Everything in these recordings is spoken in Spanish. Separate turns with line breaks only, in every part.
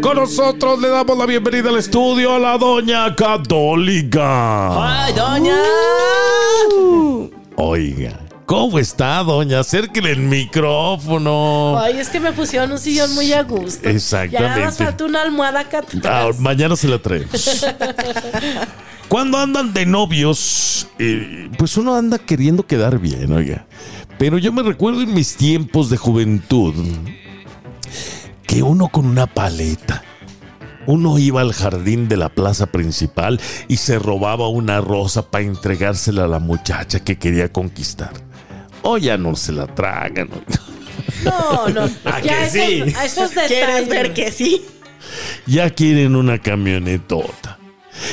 Con nosotros le damos la bienvenida al estudio a la Doña Católica.
¡Ay, doña!
Oiga, ¿cómo está, Doña? Acérquele el micrófono.
Ay, es que me pusieron un sillón muy a gusto.
Exactamente.
Ya nada más falta una almohada acá
Ah,
atrás.
mañana se la traemos. Cuando andan de novios, eh, pues uno anda queriendo quedar bien, oiga. Pero yo me recuerdo en mis tiempos de juventud que uno con una paleta, uno iba al jardín de la plaza principal y se robaba una rosa para entregársela a la muchacha que quería conquistar. O ya no se la tragan. oiga.
No, no. ya
¿A que
esos,
sí?
a esos detalles.
¿Quieres ver que sí?
ya quieren una camionetota.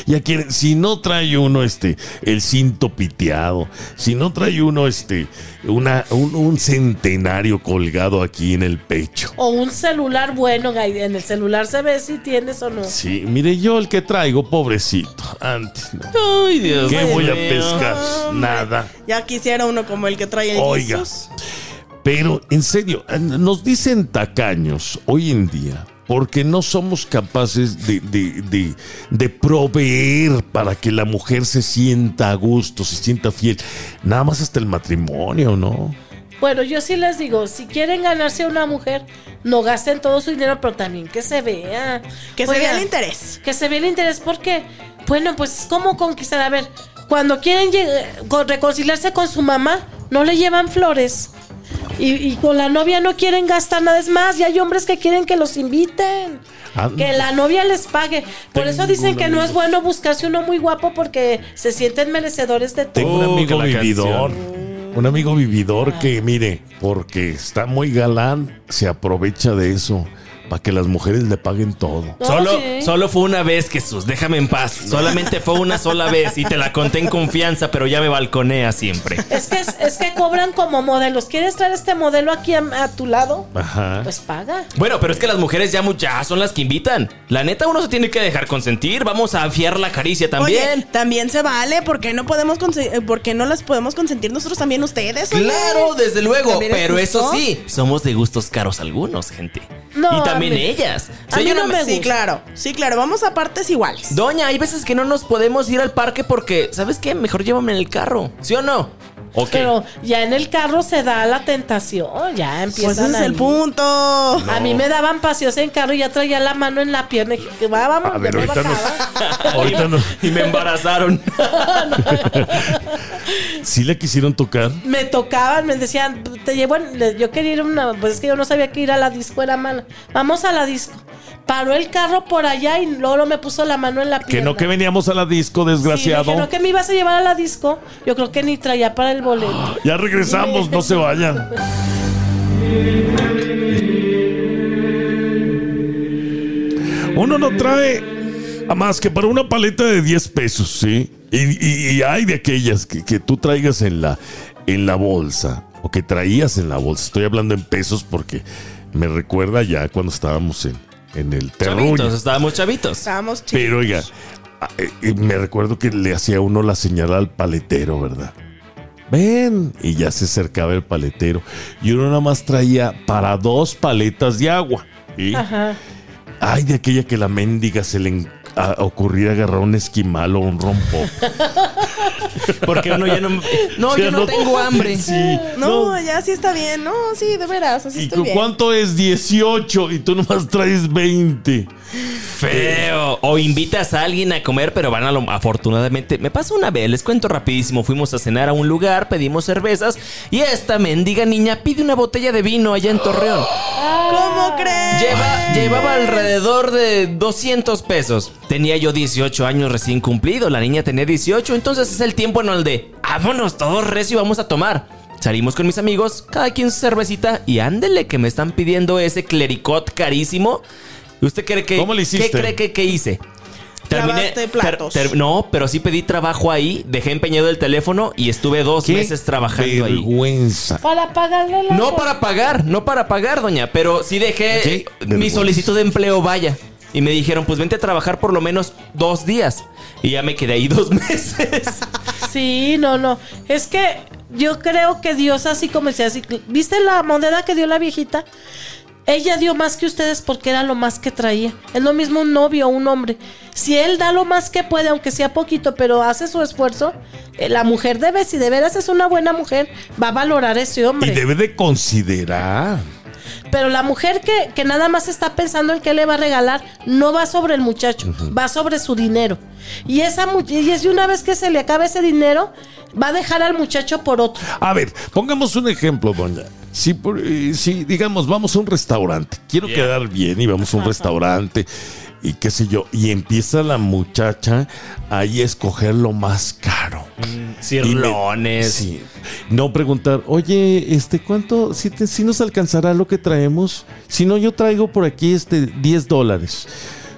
Ya quieren, si no trae uno este, el cinto piteado, si no trae uno este, una, un, un centenario colgado aquí en el pecho.
O un celular bueno, Gaby, En el celular se ve si tienes o no.
Sí, mire, yo el que traigo, pobrecito, antes, no.
¡Ay, Dios
¿qué voy a
mío.
pescar?
hombre.
Nada.
Ya quisiera uno como el que trae el
Oiga.
Jesús.
Pero en serio, nos dicen tacaños hoy en día porque no somos capaces de, de- de- de proveer para que la mujer se sienta a gusto, se sienta fiel. Nada más hasta el matrimonio, ¿no?
Bueno, yo sí les digo, si quieren ganarse a una mujer, no gasten todo su dinero, pero también que se vea.
Que se vea
Oigan,
el interés.
Que se vea el interés, porque, bueno, pues, ¿cómo conquistar? A ver, cuando quieren lleg- con- reconciliarse con su mamá, no le llevan flores. Y, y con la novia no quieren gastar nada. Es más, y hay hombres que quieren que los inviten.
Ah,
Que la novia les pague. Por eso dicen
Tengo un
que no es
amigo.
bueno buscarse uno muy guapo porque se sienten merecedores de todo.
Tengo un
Oh,
amigo
que la
vividor. Un amigo vividor que, mire, porque está muy galán, se aprovecha de eso para que las mujeres le paguen todo.
No,
Solo,
sí.
solo fue una vez, Jesús. Déjame en paz. Solamente fue una sola vez y te la conté en confianza, pero ya me balconea siempre.
Es que, es que cobran como modelos. ¿Quieres traer este modelo aquí a, a tu lado?
Ajá.
Pues paga.
Bueno, pero es que las mujeres ya muchas son las que invitan. La neta, uno se tiene que dejar consentir. Vamos a afiar la caricia también.
Oye, también se vale. ¿Por qué no, podemos conse- eh, por qué no las podemos consentir nosotros también ustedes? oye?
Claro, desde luego.
También es
Pero eso
justo.
sí, somos de gustos caros algunos, gente.
No,
y también
a mí-
ellas.
a mí
yo
no me
Sí,
gusta.
claro. Sí, claro. Vamos a partes iguales.
Doña, hay veces que no nos podemos ir al parque porque, ¿sabes qué? Mejor llévame en el carro. ¿Sí o no? Ok.
Pero ya en el carro se da la tentación. Ya empiezan
Pues ese es
ahí.
el punto.
A mí me daban paseos en carro y ya traía la mano en la pierna. Y dije, que va, vamos,
A ver,
de nuevo
ahorita
acá.
nos, ahorita nos-
y me embarazaron.
¿Sí le quisieron tocar?
Me tocaban, me decían, te llevo, en- le- yo quería ir a una, pues es que yo no sabía que ir a la disco era mala. Vamos a la disco. Paró el carro por allá y Lolo me puso la mano en la
Que
pierna.
no que veníamos a la disco,
Sí,
desgraciado.
dije, no que me ibas a llevar a la disco. Yo creo que ni traía para el boleto.
Ya regresamos, no se vayan. Uno no trae a más que para una paleta de 10 pesos, ¿sí? Y, y- y hay de aquellas que, que tú traigas en la, en la bolsa, o que traías en la bolsa. Estoy hablando en pesos porque me recuerda ya cuando estábamos en, en el terruño.
chavitos, estábamos chavitos.
Estamos chicos.
Pero oiga, a- eh, eh, me recuerdo que le hacía uno la señal al paletero, ¿verdad? Ven, y ya se acercaba el paletero. Y uno nada más traía para dos paletas de agua. ¿sí?
Ajá.
Ay, de aquella que la mendiga se le en- a- ocurría agarrar un esquimal o un rompo.
Porque uno ya no. No, yo
Ya
no, tengo hambre.
Sí,
No,
no.
ya sí está bien. No, sí, de veras. Así
¿Y
estoy
cu-
bien.
cuánto es 18? Y tú nomás traes 20.
Feo. O invitas a alguien a comer, pero van a lo. Afortunadamente. Me pasó una vez, les cuento rapidísimo. Fuimos a cenar a un lugar, pedimos cervezas. Y esta mendiga niña pide una botella de vino allá en Torreón.
¿Cómo crees?
Lleva- llevaba alrededor de 200 pesos. Tenía yo 18 años recién cumplido, la niña tenía 18, entonces es el tiempo en el de, vámonos todos recio y vamos a tomar. Salimos con mis amigos, cada quien su cervecita y ándele que me están pidiendo ese clericot carísimo. ¿Usted cree que...
¿Cómo le hiciste?
¿Qué cree que, que hice?
Lavaste platos.
no, pero sí pedí trabajo ahí, dejé empeñado el teléfono y estuve dos meses trabajando ahí.
vergüenza.
Para pagarle la.
No para pagar, no para pagar, doña, pero sí dejé
Sí, de
mi
los
solicitud de empleo, vaya. Y me dijeron, pues vente a trabajar por lo menos dos días. Y ya me quedé ahí dos meses.
Sí, no, no. Es que yo creo que Dios así como decía, así, ¿viste la moneda que dio la viejita? Ella dio más que ustedes porque era lo más que traía. Es lo mismo un novio, un hombre. Si él da lo más que puede, aunque sea poquito, pero hace su esfuerzo, eh, la mujer debe, si de veras es una buena mujer, va a valorar a ese
Y
hombre.
debe de considerar.
Pero la mujer que, que nada más está pensando en qué le va a regalar, no va sobre el muchacho, va sobre su dinero. Y esa mu- y es de una vez que se le acabe ese dinero, va a dejar al muchacho por otro.
A ver, pongamos un ejemplo, doña. Si, por- eh, si, digamos, vamos a un restaurante, quiero quedar bien y vamos a un restaurante y qué sé yo, y empieza la muchacha ahí a escoger lo más caro.
Mm,
Y me-
Cirlones.
sí. No preguntar, oye, este, ¿cuánto? Si, te- si nos alcanzará lo que traemos. Si no, yo traigo por aquí este 10 dólares.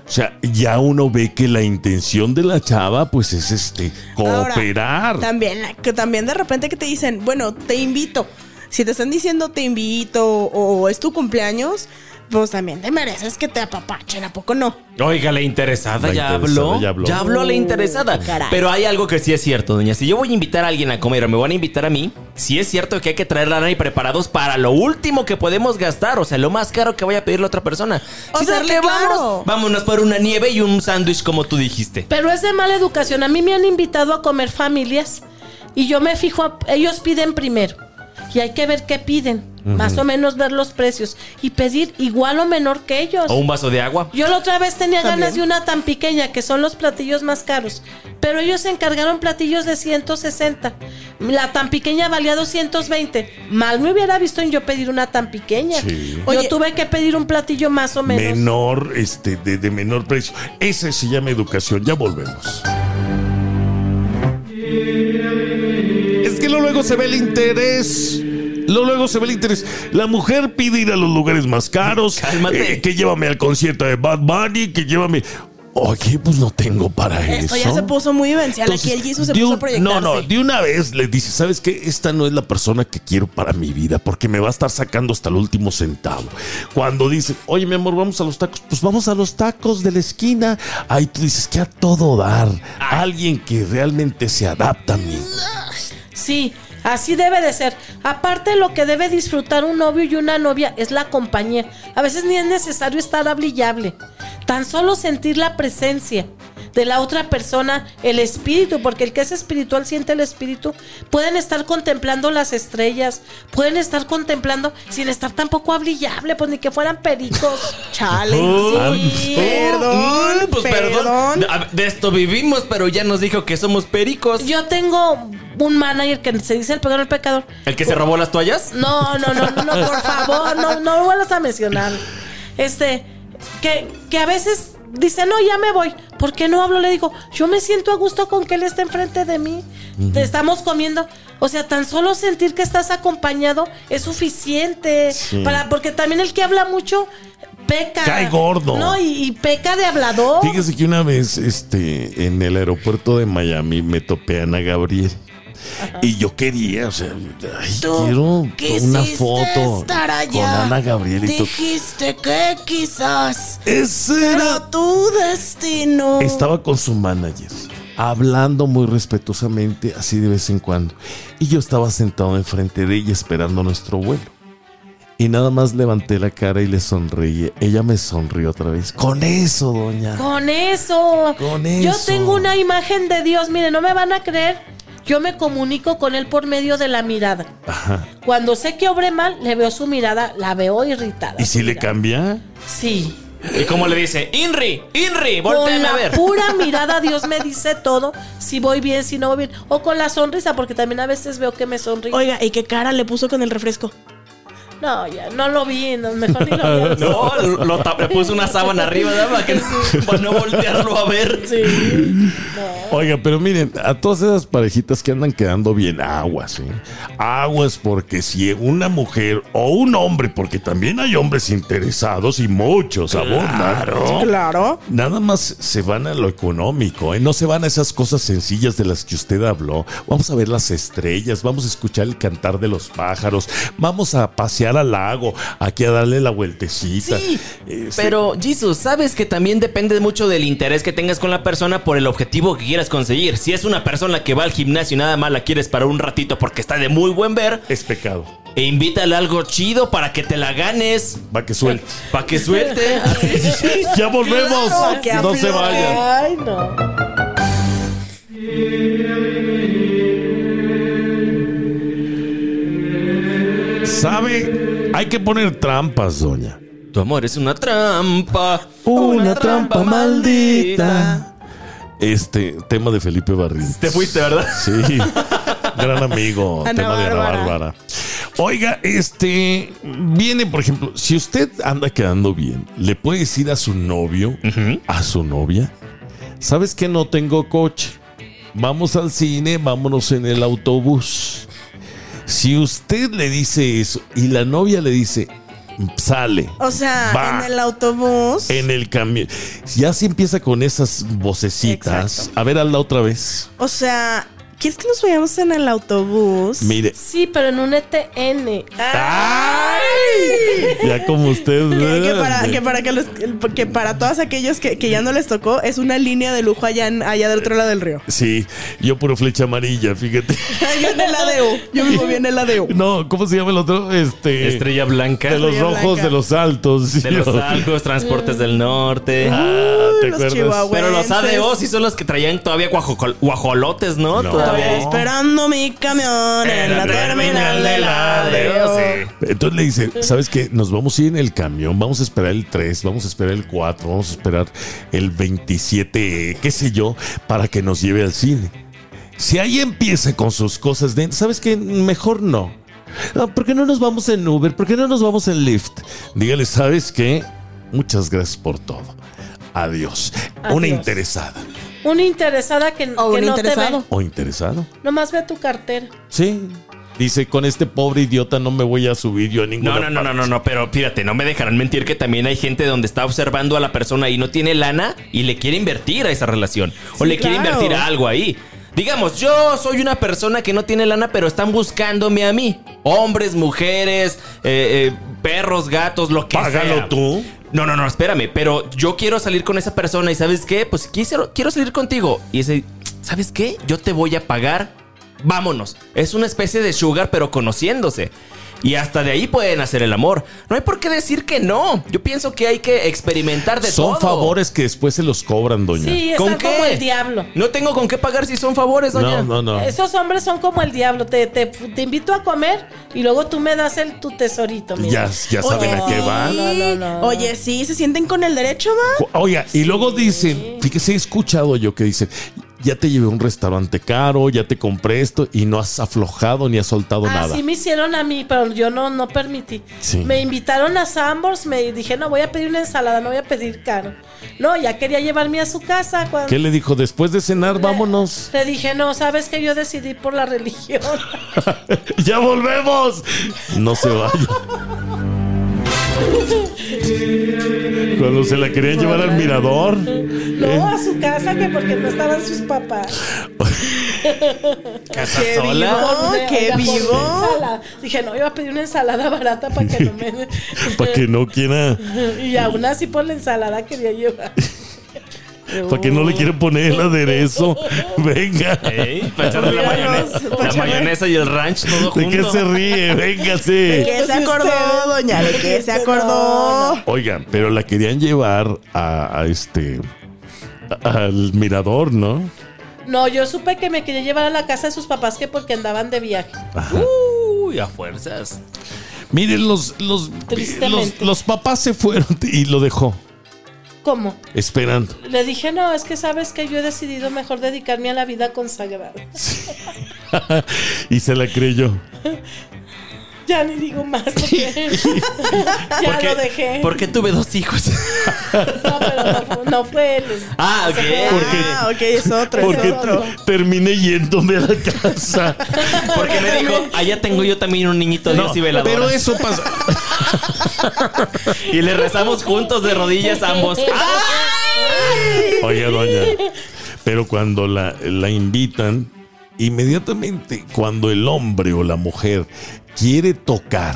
O sea, ya uno ve que la intención de la chava, pues es este,
Ahora,
cooperar.
También, la- que también de repente que te dicen, bueno, te invito. Si te están diciendo te invito o es tu cumpleaños, pues también te mereces que te apapachen, ¿a poco no?
Oiga, la interesada,
La
ya,
interesada
habló,
ya
ya
habló.
habló. a la interesada.
caray.
Pero hay algo que sí es cierto, doña. Si yo voy a invitar a alguien a comer o me van a invitar a mí, sí es cierto que hay que traer lana y preparados para lo último que podemos gastar. O sea, lo más caro que vaya a pedirle a otra persona.
O
Sin
sea,
darle,
que claro.
vámonos, vámonos por una nieve y un sándwich como tú dijiste.
Pero es de mala educación. A mí me han invitado a comer familias y yo me fijo, a- ellos piden primero y hay que ver qué piden, más o menos ver los precios y pedir igual o menor que ellos.
O un vaso de agua.
Yo la otra vez tenía
También.
ganas de una tan pequeña, que son los platillos más caros. Pero ellos se encargaron platillos de 160. La tan pequeña valía 220. Mal me hubiera visto en yo pedir una tan pequeña.
Sí.
Oye-
yo tuve que pedir un platillo más o menos.
menor, este, de, de menor precio. Ese se llama educación. Ya volvemos. Es que lo luego se ve el interés. Lo luego se ve el interés. La mujer pide ir a los lugares más caros.
Cálmate.
eh, que llévame al concierto de Bad Bunny, que llévame. Oye, pues no tengo para eso.
Esto ya se puso muy vivencial.
Entonces,
Aquí el Jesus se
de
puso
un-
a proyectarse.
No, no, de una vez le dice, ¿sabes qué? Esta no es la persona que quiero para mi vida, porque me va a estar sacando hasta el último centavo. Cuando dice, oye, mi amor, vamos a los tacos, pues vamos a los tacos de la esquina. Ahí tú dices que a todo dar, alguien que realmente se adapta a mí.
Sí, así debe de ser. Aparte, lo que debe disfrutar un novio y una novia es la compañía. A veces ni es necesario estar hable y hable. Tan solo sentir la presencia de la otra persona, el espíritu, porque el que es espiritual siente el espíritu. Pueden estar contemplando las estrellas, pueden estar contemplando sin estar tampoco hable y hable, pues ni que fueran pericos.
Chale.
Sí.
Perdón,
Mm, pues perdón.
perdón.
A ver, De esto vivimos, pero ya nos dijo que somos pericos.
Yo tengo un manager que se dice el pecador, el pecador.
¿El que se robó las toallas?
No, no, no, no, por favor, no, no lo vuelvas a mencionar. Este, que, que a veces dice, no, ya me voy. ¿Por qué no hablo? Le digo, yo me siento a gusto con que él esté enfrente de mí. Te estamos comiendo. O sea, tan solo sentir que estás acompañado es suficiente.
Sí.
Para, porque también el que habla mucho peca.
Cae gordo.
No, y, y peca de hablador.
Fíjese que una vez este, en el aeropuerto de Miami me topé a Ana Gabriel. Y yo quería, o sea, ay,
Tú
quiero una
quisiste
foto
estar
con
allá.
Ana Gabriel y todo.
Dijiste que quizás
Ese era
era tu destino.
Estaba con su manager, hablando muy respetuosamente, así de vez en cuando. Y yo estaba sentado enfrente de ella esperando nuestro vuelo. Y nada más levanté la cara y le sonreí. Ella me sonrió otra vez. Con eso, doña.
Con eso.
Con
Yo
eso.
tengo una imagen de Dios. Mire, no me van a creer. Yo me comunico con él por medio de la mirada.
Ajá.
Cuando sé que obré mal, le veo su mirada, la veo irritada.
¿Y si
su
le
mirada.
cambia?
Sí.
¿Y cómo le dice? Inri, Inri,
Con
volteame a
la
ver.
pura mirada Dios me dice todo, si voy bien, si no voy bien. O con la sonrisa, porque también a veces veo que me sonríe.
Oiga, ¿y qué cara le puso con el refresco?
No, ya, no lo vi, no, mejor ni lo vi.
No, lo, lo tapé, puse una sábana arriba, ¿verdad? Para que no- para no voltearlo a ver.
Sí.
Oiga, pero miren, a todas esas parejitas que andan quedando bien, aguas, ¿eh? Aguas porque si una mujer o un hombre, porque también hay hombres interesados y muchos abundan.
Claro.
Nada más se van a lo económico, ¿eh? no se van a esas cosas sencillas de las que usted habló. Vamos a ver las estrellas, vamos a escuchar el cantar de los pájaros, vamos a pasear pasear al lago, aquí a darle la vueltecita.
Sí,
Este,
pero Jesus, sabes que también depende mucho del interés que tengas con la persona por el objetivo que quieras conseguir. Si es una persona que va al gimnasio y nada más la quieres para un ratito porque está de muy buen ver,
Es pecado.
e invítale algo chido para que te la ganes.
Va que suelte.
Para que suelte.
ya volvemos.
Claro, que
no se
aflore.
vayan.
Ay, no.
¿Sabe? Hay que poner trampas, doña.
Tu amor es una trampa.
Una trampa maldita. Este tema de Felipe Barril.
Te fuiste, ¿verdad?
Sí. Gran amigo.
Ana
tema de Ana
Bárbara.
Bárbara. Oiga, este viene, por ejemplo, si usted anda quedando bien, le puede decir a su novio, a su novia, sabes que no tengo coche. Vamos al cine, vámonos en el autobús. Si usted le dice eso y la novia le dice, sale.
O sea,
Va.
en el autobús.
En el camión. Ya si empieza con esas vocecitas. A ver, hazla otra vez.
O sea, ¿quieres que nos vayamos en el autobús?
Mire.
Sí, pero en un E ETN.
¡Ay! Ya como usted.
Ah, Que, que para, que para que los- que para todos aquellos que, que ya no les tocó, es una línea de lujo allá, en- allá del otro lado del río.
Sí, yo puro flecha amarilla, fíjate.
Yo en el ADO. Yo vivo bien en el ADO.
No, ¿cómo se llama el otro? Este.
Estrella blanca.
de los
Estrella
rojos,
Blanca.
de los altos. sí,
De los
¿no?
algos, transportes del norte.
Ah, ¿te
Los
acuerdas?
chihuahuas.
Pero los
Güences.
ADO sí son los que traían todavía guajocol- guajolotes, ¿no?
No.
Todavía.
Esperando mi camión en la terminal del ADO.
Entonces le dice, ¿sabes qué? Nos vamos a ir en el camión, vamos a esperar el 3, vamos a esperar el 4, vamos a esperar el 27, qué sé yo, para que nos lleve al cine. Si ahí empieza con sus cosas de, ¿sabes qué? Mejor no. Ah, ¿Por qué no nos vamos en Uber? ¿Por qué no nos vamos en Lyft? Dígale, ¿sabes qué? Muchas gracias por todo. Adiós. Una
Adiós.
interesada.
Una interesada que,
O
que
un
no te
interesado.
ve.
¿O interesado?
Nomás ve tu cartera.
Sí. Dice, con este pobre idiota no me voy a subir yo a ninguna
No, no, no, no, no, no, pero fíjate, no me dejarán mentir que también hay gente donde está observando a la persona y no tiene lana y le quiere invertir a esa relación. o
Sí,
le quiere
claro.
invertir a algo ahí. Digamos, yo soy una persona que no tiene lana, pero están buscándome a mí. Hombres, mujeres, eh, eh, perros, gatos, lo que
Págalo
sea.
tú.
No, no, no, espérame, pero yo quiero salir con esa persona y ¿sabes qué? Pues quisiera, quiero salir contigo. Y ese, ¿sabes qué? Yo te voy a pagar, vámonos. Es una especie de sugar, pero conociéndose. Y hasta de ahí pueden hacer el amor. No hay por qué decir que no. Yo pienso que hay que experimentar de
Son
todo.
favores que después se los cobran, doña.
Sí, están como el diablo.
No tengo con qué pagar si son favores, doña.
No, no, no.
Esos hombres son como el diablo. Te, te- te invito a comer y luego tú me das el, tu tesorito.
Ya,
Mira.
ya saben a qué
sí.
van.
No, no, no.
Oye, sí, se sienten con el derecho, va.
Cu- Oiga, y luego dicen, fíjese, he escuchado yo que dicen, ya te llevé a un restaurante caro, ya te compré esto y no has aflojado ni has soltado
Ah,
nada.
Así me hicieron a mí, pero yo no, no permití.
Sí.
Me invitaron a Sambors, me dije, no voy a pedir una ensalada, no voy a pedir caro. No, ya quería llevarme a su casa. Cuando
¿Qué le dijo? Después de
Eh.
cenar, vámonos.
Le dije, no, sabes que yo decidí por la religión.
¡Ya volvemos! No se vaya. Cuando se la quería llevar al mirador.
No, a su casa, que porque no estaban sus papás.
¿Casa
Qué
sola?
vivo. Oh,
Oiga,
qué
por una
vivo.
ensalada. Dije, no, iba a pedir una ensalada barata para que no me...
Para que no quiera,
Y aún así por la ensalada quería llevar.
para que no le quiera poner el aderezo. Venga.
Ey, para echarle la mayonesa, la mayonesa y el ranch todo
¿De qué
junto.
se ríe? Véngase.
Que se acordó, doña, de que se
No,
acordó.
Oigan, pero la querían llevar a, a este a- al mirador, ¿no?
No, yo supe que me quería llevar a la casa de sus papás que porque andaban de viaje.
Uy, a fuerzas.
Miren, los los, los
Tristemente.
los papás se fueron y lo dejó
¿Cómo?
esperando.
Le dije, no, es que sabes que yo he decidido mejor dedicarme a la vida consagrada.
y se la creyó.
Ya ni digo más porque ya
¿Por qué-
lo dejé.
¿Por qué tuve dos hijos?
No, pero no, fu- no fue él.
Ah,
O sea, fue-
ok. ¿Por qué?
Ah, ok, es otro. es
Porque
otro.
t- terminé yéndome a la casa.
Porque me dijo, allá tengo yo también un niñito de Dios y veladora.
pero eso pasó.
Y le rezamos juntos de rodillas ambos. ¡Ah!
Oiga, doña. Pero cuando la, la invitan, inmediatamente cuando el hombre o la mujer quiere tocar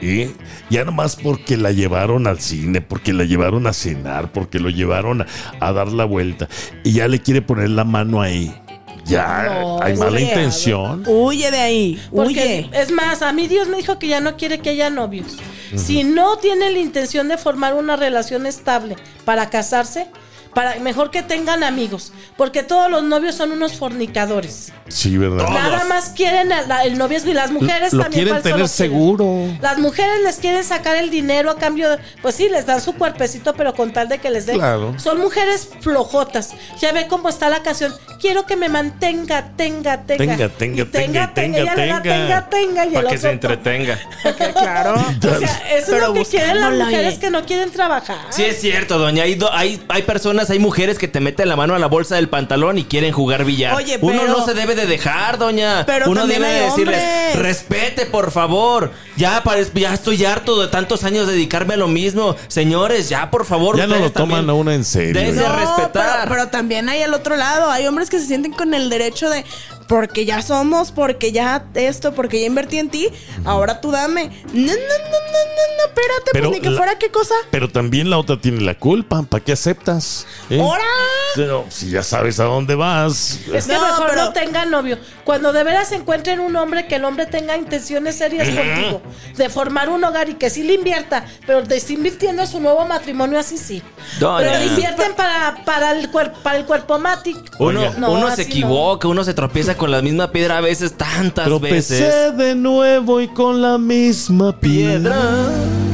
¿eh? Ya nomás porque la llevaron al cine, porque la llevaron a cenar, porque lo llevaron a, a dar la vuelta. Y ya le quiere poner la mano ahí. Ya
No,
hay
es
mala
real.
intención.
Huye de ahí,
Porque,
huye.
es más, a mí Dios me dijo que ya no quiere que haya novios. Si no tiene la intención de formar una relación estable para casarse, para, mejor que tengan amigos, porque todos los novios son unos fornicadores.
Sí, ¿verdad?
Nada más quieren a la- el noviazgo y las mujeres
Lo
también.
quieren
falso
tener
lo quieren.
seguro.
Las mujeres les quieren sacar el dinero a cambio, de- pues sí, les dan su cuerpecito, pero con tal de que les den.
Claro.
Son mujeres flojotas. Ya ve cómo está la canción. Quiero que me mantenga, tenga, tenga.
Tenga,
Y
tenga, tenga, tenga,
Ella le da
tenga.
tenga, tenga. Y el
Ah, Para que
otro
se
to-
entretenga.
claro.
O sea, eso es
Pero
lo que quieren las
buscándola,
mujeres
oye.
que no quieren trabajar.
Sí, es cierto, doña. Hay, do- hay, hay personas, hay mujeres que te meten la mano a la bolsa del pantalón y quieren jugar billar.
Oye,
Uno
pero-
no se debe de dejar, doña.
Pero
Uno
también
debe de
hay
decirles,
hombres.
respete, por favor. Ya, parez- ya estoy harto de tantos años dedicarme a lo mismo. Señores, ya, por favor.
Ya no lo
ustedes
toman
también
a una en serio.
dense
¿eh?
a respetar.
Pero, pero también hay al otro lado, hay hombres que se sienten con el derecho de porque ya somos, porque ya esto, porque ya invertí en ti, ahora tú dame. No, no, no, no, no, no, espérate,
Pero
pues ni que
la-
fuera qué cosa.
Pero también la otra tiene la culpa. ¿Para qué aceptas? ¿Eh?
¡Hora!
Pero si ya sabes a dónde vas.
Es que
No,
mejor
pero-
no tengan novio. Cuando de veras encuentren un hombre que el hombre tenga intenciones serias contigo, de formar un hogar y que sí le invierta, pero te está invirtiendo en su nuevo matrimonio, así sí.
No,
pero
ya.
le invierten para, para, el cuerpo para el cuerpo matic.
Uno,
Oiga.
No,
uno se
así
equivoca, uno se tropieza con la misma piedra a veces, tantas
Tropecé
veces.
de nuevo y con la misma piedra.
Piedra.